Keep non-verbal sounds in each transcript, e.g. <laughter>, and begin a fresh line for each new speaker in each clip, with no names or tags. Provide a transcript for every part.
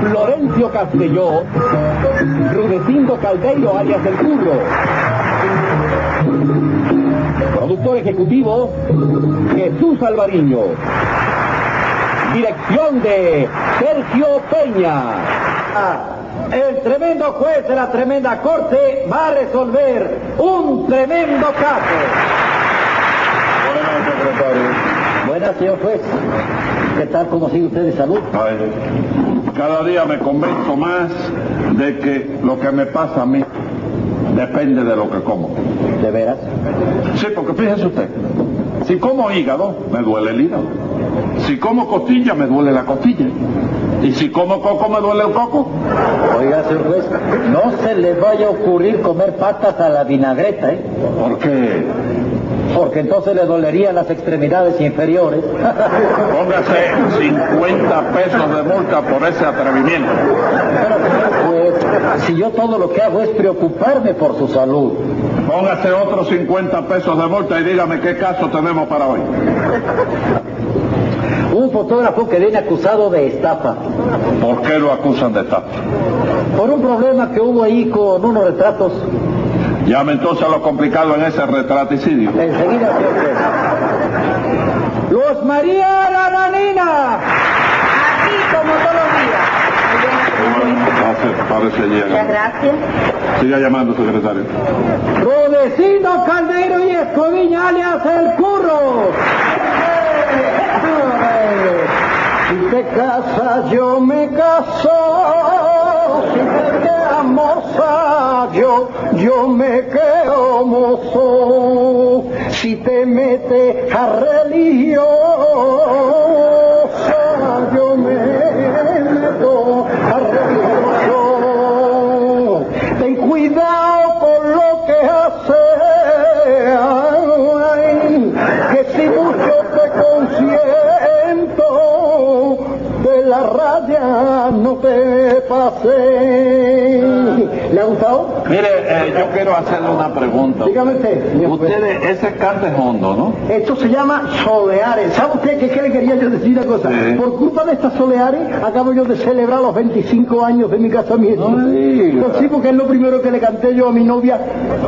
Florencio Castelló, Rudecindo Caldeiro, alias El Curro. Productor ejecutivo, Jesús Alvariño. Dirección de Sergio Peña. El tremendo juez de la tremenda corte va a resolver un tremendo caso.
Buenas, secretario.
Buenas, señor juez. ¿Qué tal? ¿Cómo sigue usted de salud?
Ay, cada día me convenzo más de que lo que me pasa a mí depende de lo que como.
¿De veras?
Sí, porque fíjese usted, si como hígado, me duele el hígado. Si como costilla, me duele la costilla. Y si como coco, me duele el coco.
Oiga, señor juez, no se les vaya a ocurrir comer patas a la vinagreta, ¿eh?
¿Por qué?
Porque entonces le dolerían las extremidades inferiores. <laughs>
Póngase 50 pesos de multa por ese atrevimiento.
Pues, si yo todo lo que hago es preocuparme por su salud.
Póngase otros 50 pesos de multa y dígame qué caso tenemos para hoy.
Un fotógrafo que viene acusado de estafa
¿Por qué lo acusan de estafa?
por un problema que hubo ahí con unos retratos.
Llame entonces a lo complicado en ese retraticidio.
Enseguida, señor juez. Los María Arananina.
Aquí como
Pase,
todos los días.
párese y
Muchas
llegue.
gracias.
Siga llamando, secretario.
Rodecino Caldeiro y Escoviña, alias El Curro. Si te casas, yo me caso. Si te quedas moza, yo, yo me quedo mozo. Si te metes a religiosa, yo me meto a religioso. Ten cuidado con lo que haces, ay, que si mucho te consiento, de la raya no te pasé. ¿Le ha gustado?
Mire, eh, yo quiero hacerle una pregunta.
Dígame usted, señor juez.
Ustedes, ese cante es hondo, ¿no?
Esto se llama soleares. ¿Sabe usted que, qué le quería yo decir una cosa?
Sí.
Por culpa de estas soleares, acabo yo de celebrar los 25 años de mi casamiento.
No me diga.
Pues sí, porque es lo primero que le canté yo a mi novia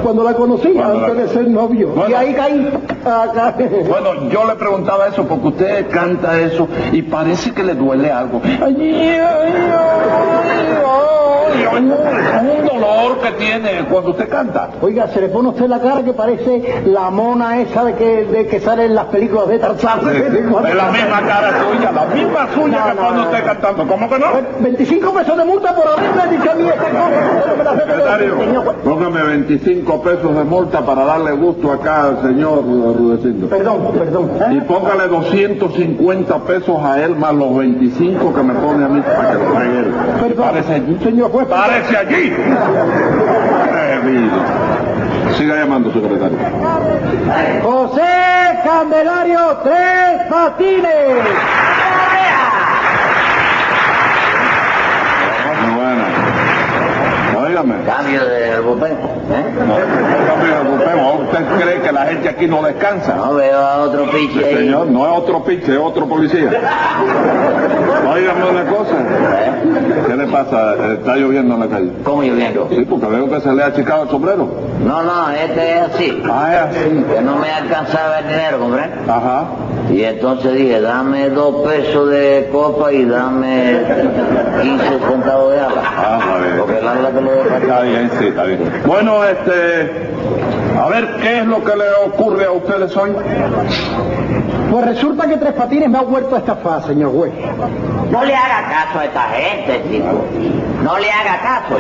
cuando la conocí,
Cuando la-
antes de ser novio.
Bueno.
Y ahí caí. Ah, Acá.
Bueno, yo le preguntaba eso porque usted canta eso y parece que le duele algo. Ay, ay, ay, ay, ay, es un dolor que tiene cuando usted canta.
Oiga, se le pone a usted la cara que parece la mona esa de que, de que sale en las películas de Tarzán.
Es la misma cara suya, la misma suya
No,
que
no, no.
cuando usted cantando. ¿Cómo que no?
Bueno, 25 pesos de multa por haberme dicho a mí esta cosa. Me la hace perder. Señor pues- juez.
póngame 25 pesos de multa para darle gusto acá al señor Rudecindo.
Perdón, perdón. ¿eh?
Y póngale 250 pesos a él más los 25 que me pone a mí para que lo pague él.
Perdón.
Parece allí, señor juez. ¡Parece allí! Atrevido. Siga llamando, secretario.
José Candelario Tres Patines.
Bueno. Óigame.
Cambio de bufé. ¿eh?
No, no me preocupemos. ¿Usted cree que la gente aquí no descansa?
No veo a otro piche ahí.
Este Señor, no es otro piche, es otro policía. Óigame una cosa. ¿Qué le pasa? Está lloviendo en la calle.
¿Eh? ¿Cómo lloviendo?
Sí, porque veo que se le ha achicado el sombrero.
No, no, este es así.
Ah, es así.
Que no me alcanzaba el dinero, ¿comprende?
Ajá.
Y entonces dije, dame dos pesos de copa y dame 15 centavos de agua.
Ah, está bien.
Porque el agua te lo voy a pagar.
Está bien, sí, está bien. Bueno, este. A ver, ¿qué es lo que le ocurre a ustedes hoy?
Pues resulta que Tres Patines me ha vuelto a estafar, señor juez.
No le haga caso a esta gente, chico. No le haga caso.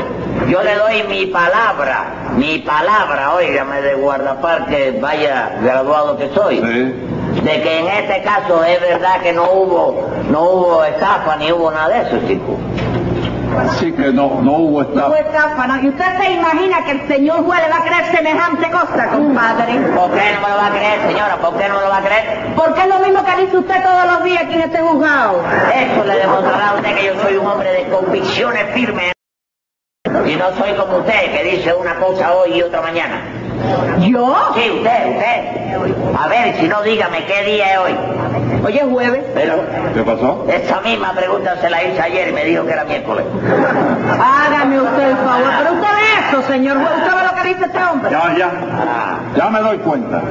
Yo le doy mi palabra, mi palabra, óigame, de guardaparque, vaya graduado que soy.
Sí.
de que en este caso es verdad que no hubo no hubo estafa ni hubo nada de eso, chico.
Así que no, no hubo
No
estafa.
estafa, Pues, ¿no? ¿Y usted se imagina que el señor juez le va a creer semejante cosa, compadre?
¿Por qué no me lo va a creer, señora? ¿Por qué no me lo va a creer?
Porque es lo mismo que dice usted todos los días aquí en este juzgado.
Eso le demostrará a usted que yo soy un hombre de convicciones firmes. Y no soy como usted, que dice una cosa hoy y otra mañana.
¿Yo?
Sí, usted, usted. A ver, si no, dígame qué día es hoy.
Hoy es jueves.
Pero
¿Qué pasó?
esa misma pregunta se la hice ayer y me dijo que era miércoles.
Hágame usted el favor. Pero usted ve eso, señor juez. ¿Usted ve lo que dice este hombre?
Ya, ya.
Ah,
Ya me doy cuenta.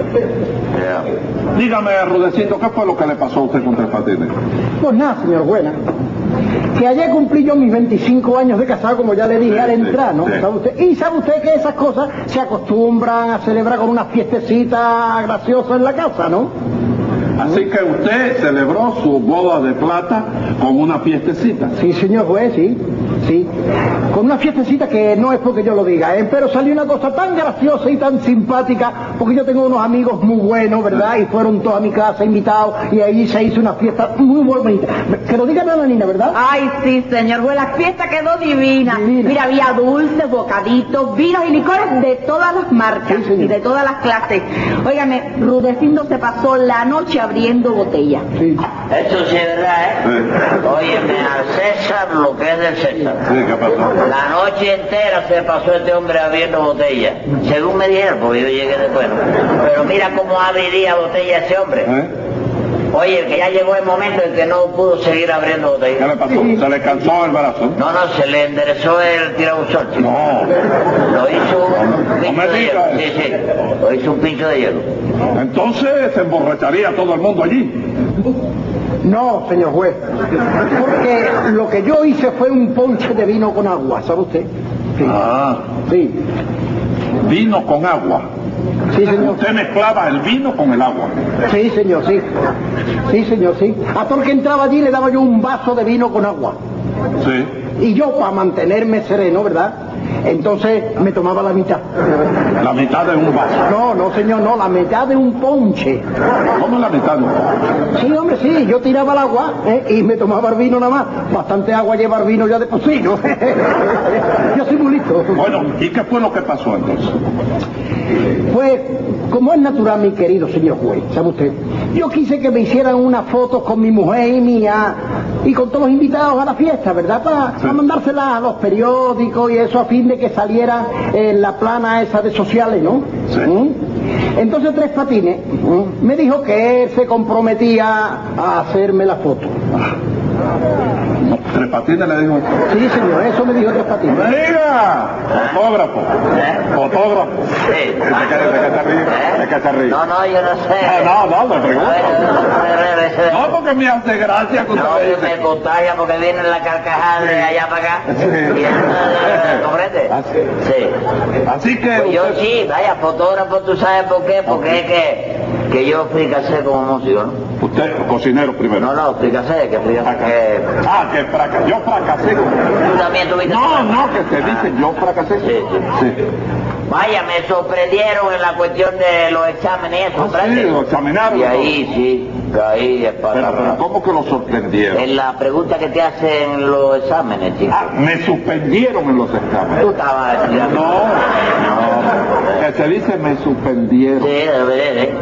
ya.
Dígame, Rudecito, ¿qué fue lo que le pasó a usted con Tres Patines?
Pues nada, señor Buena. Que ayer cumplí yo mis 25 años de casado, como ya le dije
Sí,
al
sí,
entrar, ¿no?
sí.
¿Sabe usted? Y sabe usted que esas cosas se acostumbran a celebrar con una fiestecita graciosa en la casa, ¿no?
Así que usted celebró su boda de plata con una fiestecita.
Sí, señor juez, sí, sí. Con una fiestecita que no es porque yo lo diga, ¿eh? pero salió una cosa tan graciosa y tan simpática, porque yo tengo unos amigos muy buenos, ¿verdad? Y fueron todos a mi casa invitados, y ahí se hizo una fiesta muy bonita. Que lo diga la nina, ¿verdad?
Ay, sí, señor juez. La fiesta quedó divina.
Divina.
Mira, había dulces, bocaditos, vinos y licores de todas las marcas
Sí, señor.
y de todas las clases. Óigame, Rudecindo se pasó la noche abriendo <laughs> botellas.
Sí.
Eso sí es verdad, ¿eh?
Sí.
Óyeme, al César lo que es del César.
Sí, ¿qué pasó?
La noche entera se pasó este hombre abriendo botellas. Según me dijeron, porque yo llegué después. ¿no? Pero mira cómo abriría botella ese hombre.
¿Eh?
Oye, que ya llegó el momento en que no pudo seguir abriendo
¿Qué
botellas.
le pasó? ¿Se le cansó el brazo?
No, no, se le enderezó el tirabusorcio.
No.
Lo hizo un
No me
pincho de hielo.
digas.
Sí, sí. Lo hizo un pincho de hielo.
Entonces se emborracharía todo el mundo allí.
No, señor juez, porque lo que yo hice fue un ponche de vino con agua, ¿sabe usted? Sí,
Ah,
sí,
vino con agua.
sí señor.
Usted mezclaba el vino con el agua.
Sí, señor, sí. Sí, señor, sí. A todo el que entraba allí le daba yo un vaso de vino con agua.
Sí.
Y yo, para mantenerme sereno, ¿verdad? Entonces me tomaba la mitad.
La mitad de un vaso.
No, no, señor, no, la mitad de un ponche.
¿Cómo la mitad de un vaso?
Sí, hombre, sí, yo tiraba el agua ¿eh? y me tomaba el vino nada más. Bastante agua llevar vino ya de por sí, ¿no? <laughs> Yo soy muy listo.
Bueno, ¿y qué fue lo que pasó entonces?
Pues, como es natural, mi querido señor juez, ¿sabe usted? Yo quise que me hicieran unas fotos con mi mujer y mía y con todos los invitados a la fiesta, ¿verdad? Para
Sí.
mandárselas a los periódicos y eso a fin de que saliera en la plana esa de sociales, ¿no?
Sí.
¿Mm? Entonces Tres Patines ¿mm? me dijo que él se comprometía a hacerme la foto.
No, Tres Patines le dijo esto.
Sí, señor, eso me dijo Tres Patines.
<laughs> ¡Venga! Fotógrafo. Fotógrafo.
Sí.
¿De qué- de qué se ríe? ¿De qué se ríe?
No, no, yo no sé.
Ah, no, no, me
Bueno,
pregunto.
no, no, no, no, no.
No, porque me hace gracia que
No,
usted
que
me
me
dice.
contagia porque viene la carcajada de allá para acá.
<laughs> Sí.
Y entonces, ¿Comprende?
Ah, sí.
Sí.
Así que.
Pues yo
usted-
sí, vaya, fotógrafo, tú sabes por qué, porque es que, que yo fricasé como músico, ¿no?
Usted, cocinero primero.
No, no, fricasé, que fricasé, que
Fracasé. Ah, que fracasé. Yo fracasé.
tú también tuviste...
No, no, que se dice yo fracasé.
Sí, sí. Vaya, me sorprendieron en la cuestión de los exámenes y eso,
Ah, sí,
¿comprende?
lo examinaron.
Y ahí sí, caí de
Pero,
espalda.
pero, ¿cómo que lo sorprendieron?
En la pregunta que te hacen los exámenes, chico.
Ah, me suspendieron en los
Tú
exámenes.
estabas...
No, no. Que se dice me
Sí,
suspendieron.
de ver, ¿eh?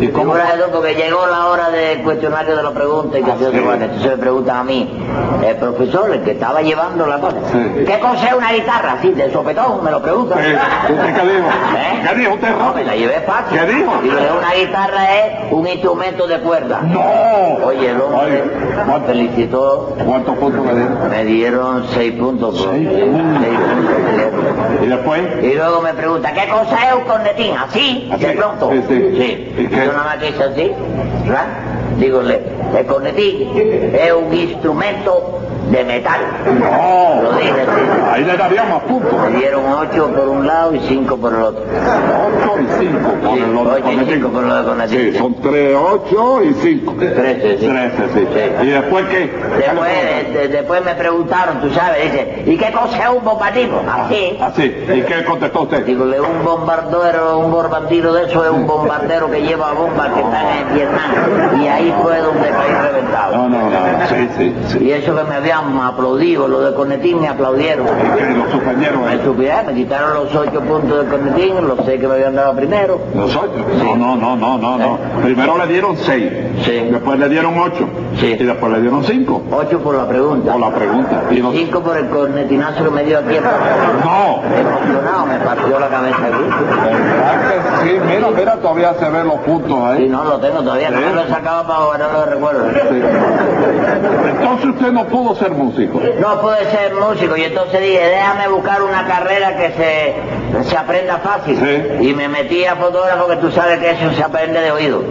¿Y cómo?
Figura de eso, porque llegó la hora del cuestionario de la pregunta y que
Ah,
se
sí.
entonces me preguntan a mí, el profesor, el que estaba llevando la cosa,
Sí.
¿qué cosa es una guitarra? Así, de sopetón, me lo preguntan.
Eh, ¿Usted qué dijo?
¿Eh?
¿Qué dijo usted,
No, me la
Robert?
llevé fácil.
¿Qué dijo?
Y que una guitarra es un instrumento de cuerda.
¡No!
Oye, el hombre
Oye,
me
¿cuánto-
felicitó,
¿Cuántos puntos le dieron?
me dieron seis puntos. por-
Seis puntos.
seis puntos.
¿Y después?
Y luego me pregunta, ¿qué cosa es un cornetín? ¿Así?
Así,
¿De pronto?
sí, sí. ¿Y
Sí.
qué?
Yo nada más que hice así, ¿verdad? Dígole, el cornetín es un instrumento de metal. Lo
¡No!
dije así.
Ahí le darían más puntos.
Me dieron ocho por un lado y cinco por el otro.
8 y 5 con
Sí,
el
ocho y
otro con el
cinco
cinco.
por lo de Conatín,
Sí,
sí.
son 3, 8 y 5.
Trece, sí.
13, sí.
Sí.
¿Y después qué?
Después, de- después me preguntaron, tú sabes, dice, ¿y qué cosa es un bombardino? Así.
Así. Ah, ¿Y qué contestó usted?
Dígole, un bombardero, un bombardero de eso es un bombardero que lleva bombas que están en Vietnam. Y ahí fue donde caí reventado.
No, no, no. Sí, sí, sí.
Y eso que me habían aplaudido, lo de Cornetín me aplaudieron.
Y que los compañeros,
Me
eh,
supieron, me quitaron los ocho puntos de Cornetín, los seis que me habían dado primero.
nosotros. No, no, no, no, no, no. Primero le dieron 6.
Sí.
Después le dieron 8.
Sí.
Y después le dieron cinco.
Ocho por la pregunta.
Por la pregunta. Y no-
Cinco por el cornetinazo que me dio aquí.
No.
Emocionado, me partió la cabeza aquí.
¿Verdad que sí? Mira, mira, todavía se ven los puntos ahí.
Sí, no, lo tengo todavía. No
Sí.
me lo he sacado para guardar los recuerdos.
Sí. Entonces usted no pudo ser músico.
No pude ser músico y entonces dije, déjame buscar una carrera que se, se aprenda fácil.
Sí.
Y me metí a fotógrafo que tú sabes que eso se aprende de oído.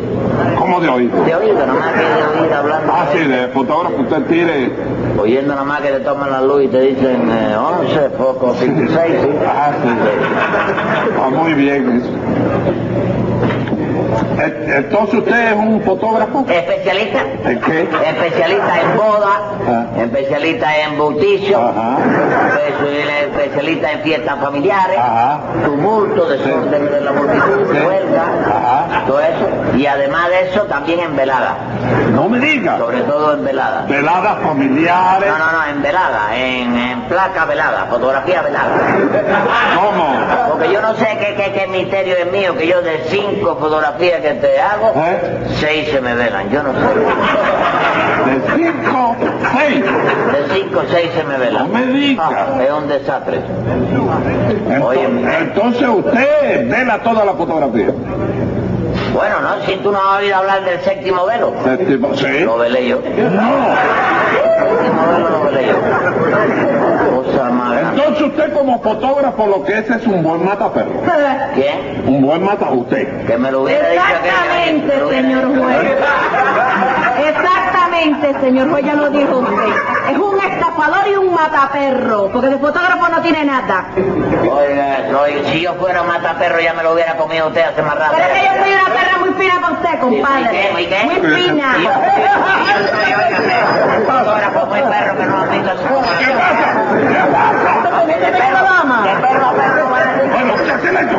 ¿Cómo de oído?
De oído, nomás que de oído hablando.
Ah, sí, de fotógrafo usted tire.
Oyendo nomás que te toman la luz y te dicen eh, 11, poco, 56. sí.
Ah, sí. Ah, muy bien eso. E- Entonces usted es un fotógrafo.
Especialista.
¿En qué?
Especialista en boda,
Ah.
especialista en bautizo,
Ajá.
pues, especialista en fiestas familiares.
Ajá.
tumulto, desorden de la multitud,
Ah. Sí.
huelga,
Ajá.
todo eso. Y además de eso, también en velada,
No me diga.
sobre todo en velada.
Veladas familiares.
No, no, no, en velada, en, en placa velada, fotografía velada.
¿Cómo?
Porque yo no sé qué, qué, qué misterio es mío, que yo de cinco fotografías que te hago,
¿Eh?
seis se me velan, yo no sé.
De cinco, seis.
De cinco, seis se me
No
velan.
me diga.
Ah, es un desastre. Oye,
Entonces,
mira.
entonces usted vela toda la fotografía.
Bueno, no, si tú no has oído hablar del séptimo velo,
Séptimo- Sí.
lo velé yo.
No.
Cosa más grande.
Entonces usted como fotógrafo lo que es es un buen mataperro.
¿Quién?
Un buen mata usted.
Que me lo hubiera dicho aquel que me
Exactamente, señor
lo hubiera dicho.
juez. Exactamente, señor juez, ya lo dijo usted. Es un estafador y un mataperro, porque de fotógrafo no tiene nada.
Oiga, soy- si yo fuera mataperro ya me lo hubiera comido usted hace más rato.
Pero es que yo soy una perra muy fina para usted, compadre.
¿Y qué? ¿Y qué?
Muy
Y yo- y yo
fina.
soy, óigame, fotógrafo muy perro que no ha visto su-
¿Qué pasa? ¿Qué pasa?
¿Te tengo
Que
dama?
perro, perro, bueno.
Bueno, ¿qué silencio?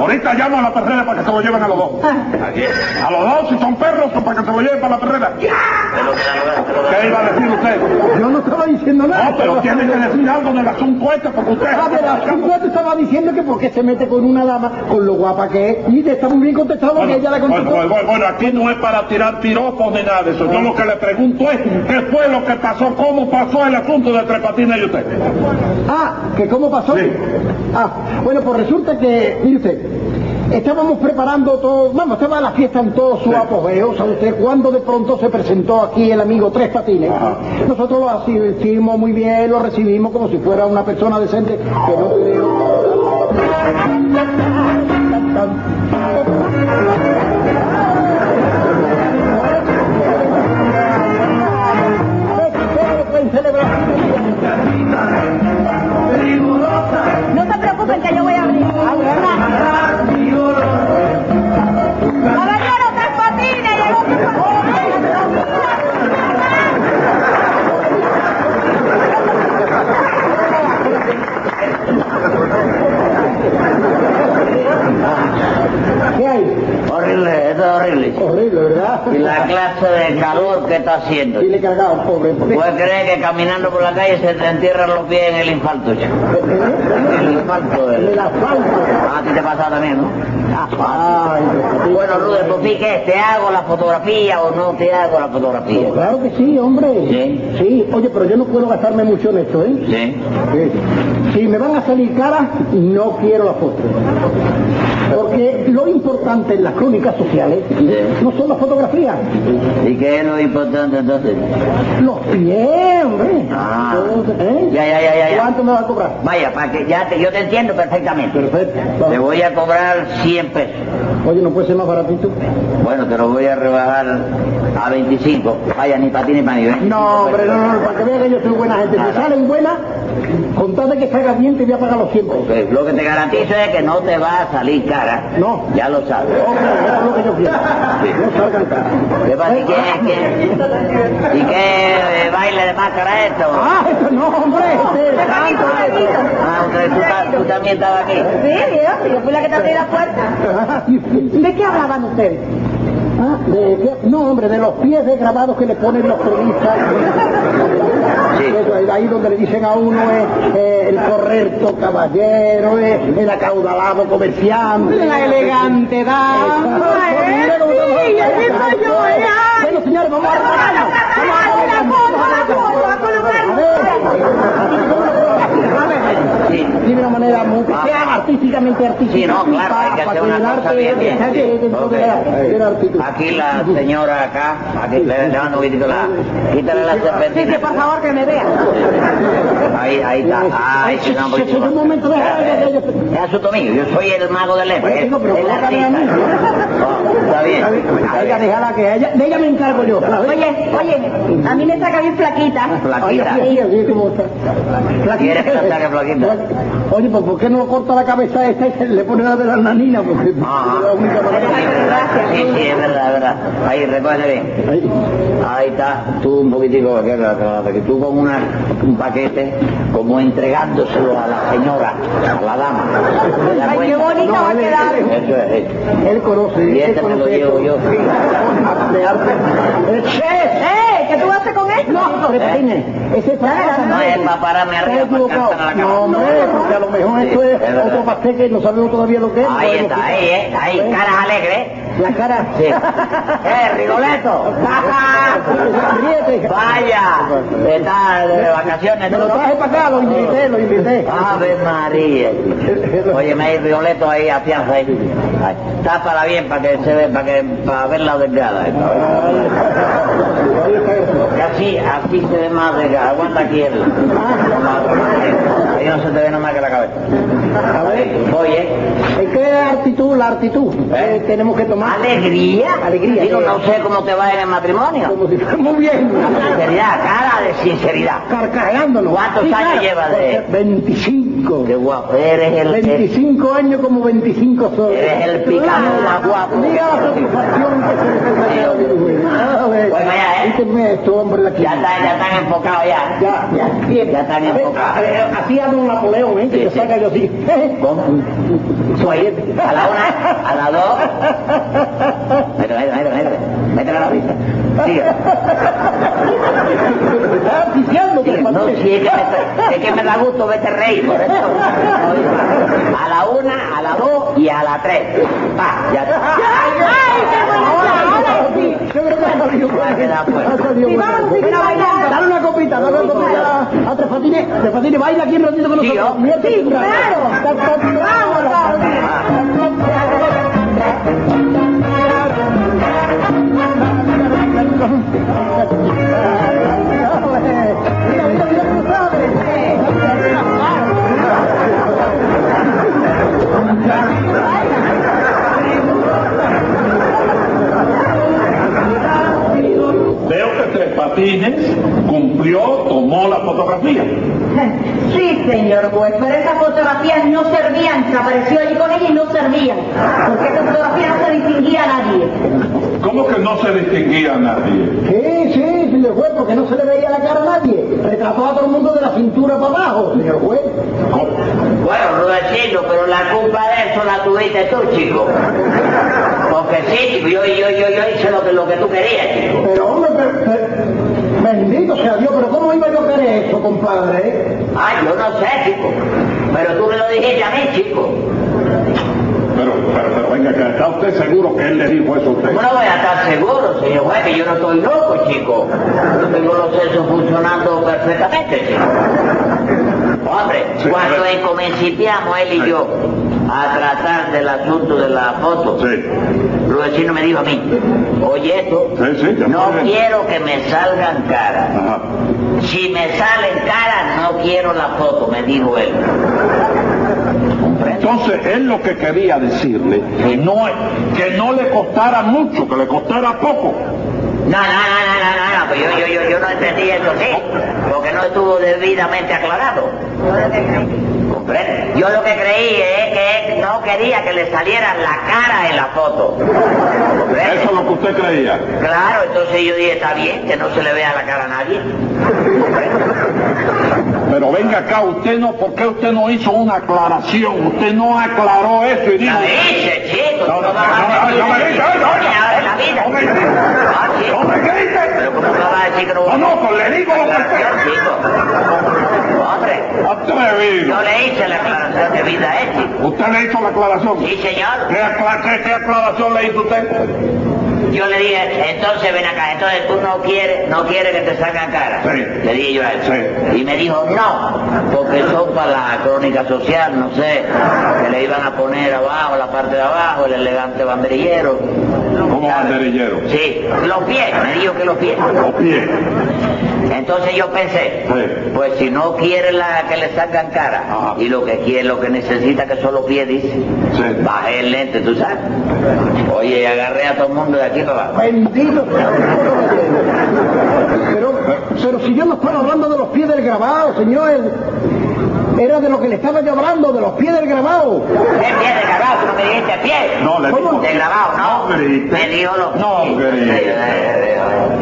Ahorita llamo a la perrera para que se lo lleven a los dos.
Ah.
A los dos, si son perros, o para que se lo lleven para la perrera.
Te lo- te lo- te lo-
¿Qué iba a decir usted?
Yo no estaba diciendo nada.
No, pero tiene que decir algo del asunto este, porque usted...
Ah, pero hace un rato estaba diciendo que por qué se mete con una dama, con lo guapa que es, y te está muy bien contestado que ella la
bueno,
contestó.
bueno, bueno, bueno, aquí no es para tirar piropos ni nada de eso. Yo lo que le pregunto es qué fue lo que pasó, cómo pasó el asunto de Tres Patines y usted.
Ah, ¿que cómo pasó?
Sí.
Ah, bueno, pues resulta que, mire usted, estábamos preparando todo, vamos, estaba la fiesta en todo su
Sí.
apogeo, ¿sabe usted? Cuando de pronto se presentó aquí el amigo Tres Patines,
Ajá.
nosotros lo asistimos muy bien, lo recibimos como si fuera una persona decente, pero creo...
No se preocupen que yo voy a abrir. Caballero, tres patines, llegó Tres
<laughs>
Patines.
¿Qué hay?
Horrible, esto es horrible.
Horrible, ¿verdad?
Y la clase de calor que está haciendo.
Y le cargaba, pobre.
¿Puedes creer que caminando por la calle se te entierran los pies en el infarto, chico? El infarto del...
El asfalto.
Ah, a ti te pasa también, ¿no? Ah,
Ay, Dios.
Bueno, Rude, pues sí que te hago la fotografía o no te hago la fotografía.
Claro que sí, hombre.
Sí.
Sí, oye, pero yo no puedo gastarme mucho en esto, ¿eh?
Sí.
Sí. Si me van a salir caras, no quiero la foto. Porque lo importante en las crónicas sociales
Sí.
no son las fotografías,
¿Y qué es lo importante entonces?
los pies, hombre.
Ah.
¿Eh?
Ya, ya, ya, ya, ya.
¿Cuánto me va a cobrar?
Vaya, para que ya te, yo te entiendo perfectamente.
Perfecto.
Te voy a cobrar 100 pesos.
Oye, ¿no puede ser más baratito?
Bueno, te lo voy a rebajar a 25. Vaya, ni para ti ni para mí. ¿eh?
No, hombre, no, no, no, para que vean que yo soy buena gente. Si salen buenas, contate que salga bien, te voy a pagar los 100 pesos.
Pues, lo que te garantizo es que no te va a salir cara.
No.
Ya lo sabes.
Ok, eso es lo que yo quiero.
Sí.
No salgan caras.
¿Qué pasa? ¿Y qué, qué- y qué, eh, baile de máscara es esto?
¡Ah, eso no, hombre! este-
Tres Patines,
Ah, usted, tú, ta- tú también estabas aquí.
Sí, yo, yo fui la que te abrí la puerta.
¿De qué hablaban ustedes? Ah, de- de- no, hombre, de los pies desgrabados que le ponen los turistas. Eso, Ahí donde le dicen a uno es eh, el correcto caballero, es el acaudalado comerciante.
La elegante dama. Eh,
Exacto, mira cómo estamos.
sí, así soy yo, eh, ay.
Bueno, señores, vamos a arrancar.
Sí.
De una manera muy que sea artísticamente artística.
Ah. Sí, no, claro, hay que hacer una cosa bien, bien. Ok. Aquí la señora acá, aquí le le mando un poquitito la. Quítale la
Sí, sí,
serpentina.
por favor, que me vea.
Ahí, ahí está.
Eh,
Ah, ese no,
Sí, sí, sí, un momento, deja, deja, deja.
Eh, Es asunto mío, yo soy el mago del eh, lema.
Bueno,
El,
chico, pero
el
colócame
artista.
a mí.
No, Oh, está bien. está
Venga,
bien.
déjala que ella, de ella me encargo yo. ¿la ves?
Oye, oye, a mí me saca bien
Ah,
flaquita.
Ay,
Flaquita.
así, así, así, como está. Flaquita.
¿Quieres que la saque flaquita?
Oye, pues ¿por qué no corta la cabeza esta y se le pone la de la nanina? Porque <laughs>
Ajá.
es la única manera.
Ah, Sí, sí, es verdad, es verdad. Ahí, recoge bien.
Ahí.
Ahí está, tú un poquitico, aquí, acá, acá, acá, que tú con una, un paquete como entregándoselo a la señora, a la dama. ¿Te das
Ay, qué
cuenta?
bonita
No,
va a
él-
quedar.
él-
Eso es, eh.
Él conoce.
Y
él
este me lo
conoce
llevo
esto.
yo.
De arte. Eh, ¡Che!
¡Eh! ¿Qué tú haces con esto?
No, Repetime. Ese es para
No, es para pararme arriba, para alcanzar la cama.
No, hombre, porque a lo mejor esto
Sí,
es
es verdad.
otro pasteque y no sabemos todavía lo que es.
Ahí
Bueno,
está, ahí, eh, ahí, caras alegres. eh.
La cara. <laughs>
Sí. <laughs> ¡Eh, Rigoleto!
Ríete.
<laughs> ¡Vaya! Estás de vacaciones,
Me
tú,
lo
¿no?
traje para acá, lo invité, lo invité.
Ave María. Oye, me hay Violeto ahí, afianza ahí. Ay, Tápala bien para que se ve, para que para verla delgada. eh, para verla delgada. Que Así, así se ve más delgada. Aguanta aquí el. Ahí no se te ve nada más que la cabeza.
Ah.
eh.
A ver,
Oye,
¿en qué actitud, la actitud
¿Eh?
eh, tenemos que tomar?
alegría.
Alegría,
Digo,
sí.
no sé cómo te va en el matrimonio.
Como si fuera muy bien.
Sinceridad, cara de sinceridad.
Carcajeándonos.
¿Cuántos años llevas de-
25.
Qué guapo, eres el.
25 años como 25 soles.
Eres el picado más guapo.
Mira la satisfacción que se le saca a mi güey. A ver,
Bueno, ya, ¿eh?
quíteme esto, hombre, la
Ya
quita.
están, ya están enfocados ya. ¿eh?
Ya, ya, bien.
Ya están
A ver,
enfocados.
a ver, eh, Así hago un Napoleón, ¿eh? Que
Sí,
lo ¿Eh?
sí.
saca yo
<laughs>
así.
¿Cómo? Soy a la una, a la dos. Métele, métele, métele. Métele a la vista. Sigue.
Me está asfixiando,
sigue.
Tres
No,
Patines.
si es que, me, es que me da gusto vete rey, por eso. A la una, a la dos y a la tres. Pa, ya está.
¡Ay, qué buena
Ahora sí, yo creo que ha salido
Va a quedar
bueno.
bueno.
Ha salido
Sí,
bueno.
vamos, sí,
Mira,
bailando.
Dale una copita, dale una copita a, a Tres Patines. Tres Patines, baila aquí un ratito con
Sí,
nosotros.
yo.
Mira,
Sí,
un rato.
claro.
Ta, ta, ta,
¡Vamos, Claudia!
Mira, mira, mira cómo sale.
Veo que Tres Patines cumplió, tomó la fotografía.
Sí, señor juez, pero esas fotografías no servían. Se apareció allí con ella y no servían. Porque esa fotografía no se distinguía a nadie.
¿Cómo que no se distinguía a nadie?
Sí, sí, señor juez, porque no se le veía la cara a nadie. Retrató a todo el mundo de la cintura para abajo, señor juez.
¿Cómo?
Bueno, Rudecindo, pero la culpa de eso la tuviste tú, chico. Porque sí, chico, yo, yo, yo, yo hice lo que, lo que tú querías, chico.
Pero hombre, per- per- bendito sea Dios, pero ¿cómo iba yo a querer eso, compadre? eh?
Ay, yo no sé, chico. Pero tú me lo dijiste a mí, chico.
Pero, pero, pero venga, acá, ¿está usted seguro que él le dijo eso a usted?
¿Cómo no voy a estar seguro, señor juez, que yo no estoy loco, chico? Yo tengo los sesos funcionando perfectamente, chico. Hombre,
Sí,
cuando
a ver.
comencipiamos él y
Sí.
yo a tratar del asunto de la foto,
Sí.
Rudecindo me dijo a mí, oye esto,
Sí, sí, ya
no
está bien.
quiero que me salgan caras.
Ajá.
Si me salen caras, no quiero la foto, me dijo él. ¿Comprende?
Entonces, él lo que quería decirle que no, que no le costara mucho, que le costara poco.
No, no, no, no, no, no, no, pues yo, yo, yo, yo no entendí eso, sí, porque no estuvo debidamente aclarado. ¿Comprende? Yo lo que creí es que él no quería que le saliera la cara en la foto. ¿Comprende?
Eso es lo que usted creía.
Claro, entonces yo dije, está bien, que no se le vea la cara a nadie.
Pero venga acá, usted no, ¿por qué usted no hizo una aclaración? Usted no aclaró eso y dijo...
La dice, chico.
No, no, no, no, no me grite, oiga, oiga.
Ahora la vida.
No me grite.
Ah, chico.
¡No me grite!
Pero ¿cómo me vas a decir que no voy a-
No, no, pues le digo lo que usted...
Aclaración, chico. vida ética.
¿Usted le hizo la aclaración?
Sí, señor.
¿Qué, acla- qué- qué aclaración le hizo usted?
Yo le dije, entonces ven acá, entonces tú no quieres, no quieres que te salgan cara.
Sí.
Le dije yo a él.
Sí.
Y me dijo, no, porque son para la crónica social, no sé, que le iban a poner abajo, la parte de abajo, el elegante banderillero.
¿Cómo
¿Sabe?
banderillero?
Sí, los pies, me dijo que los pies.
Los pies.
Entonces yo pensé,
Sí.
pues si no quiere la, que le salgan cara,
Ajá.
y lo que quiere, lo que necesita que son los pies, dice,
Sí.
bajé el lente, tú sabes. Oye, y agarré a todo el mundo de aquí para abajo.
Bendito. Pero, pero si yo no estaba hablando de los pies del grabado, señor. Era de lo que le estaba yo hablando, de los pies del grabado.
¿Qué pie de grabado? ¿Tú no me dijiste pie?
No, le dijo.
De grabado, no.
No, grite.
Me dijo los
No,
grite.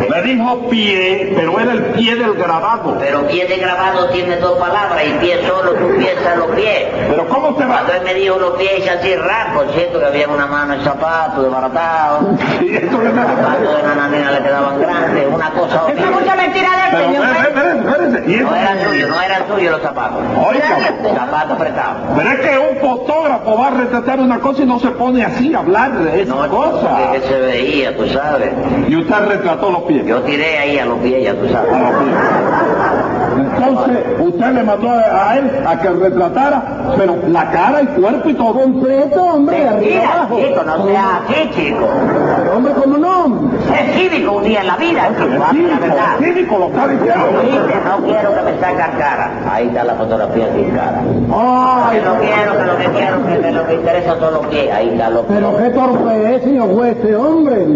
Le dijo pie, pero era el pie del grabado.
Pero pie de grabado tiene dos palabras y pie solo, tú piensas los pies.
Pero ¿cómo usted va?
Cuando él me dijo los pies, hice así rasco, siento que había una mano en zapato, desbaratado.
Y esto le
Los zapatos de nananina le quedaban grandes, una cosa
Eso
horrible.
es mucha mentira del
Pero,
señor.
espérense, espérense, espérense. Y
No eran
eso-
tuyos, no eran tuyos los zapatos.
Oiga.
Zapatos apretados.
Pero es que un fotógrafo va a retratar una cosa y no se pone así a hablar de esa
No,
cosa.
que se veía, tú sabes.
Y usted retrató los pies.
Yo tiré ahí a los pies, ya tú sabes.
A los pies. Entonces, usted le mandó a a él a que retratara, pero la cara, el cuerpo y todo.
Completo, hombre, de arriba
Mira,
abajo.
chico, no seas así, chico.
Pero, hombre, ¿cómo no?
Sé cívico un día en la vida, chico,
El
hazme la
cínico,
verdad.
el cínico lo está diciendo.
Oíste, No quiero que me sacan cara. Ahí está la fotografía sin cara.
Ay,
Ay, no quiero, que lo que quiero, que me- lo que interesa son los pies. Ahí está los pies.
pero qué torpe es, señor juez, este hombre.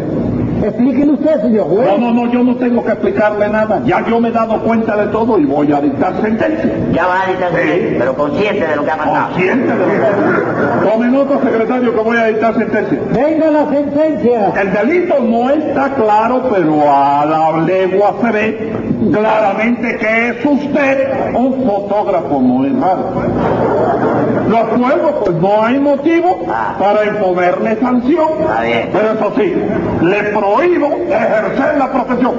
Explíquele usted, señor juez.
No, no, no, yo no tengo que explicarle nada. Ya yo me he dado cuenta de todo y voy a dictar sentencia.
Ya va a distanciar,
Sí.
pero consciente de lo que ha pasado.
Consciente de lo que... Tome nota, secretario, que voy a dictar sentencia.
Venga la sentencia.
El delito no está claro, pero a la legua se ve claramente que es usted un fotógrafo muy raro. Los pueblos, pues no hay motivo
Ah.
para imponerle sanción.
Está bien.
Pero eso sí, le prohíbo ejercer la profesión.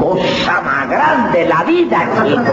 Cosa más grande la vida, chico.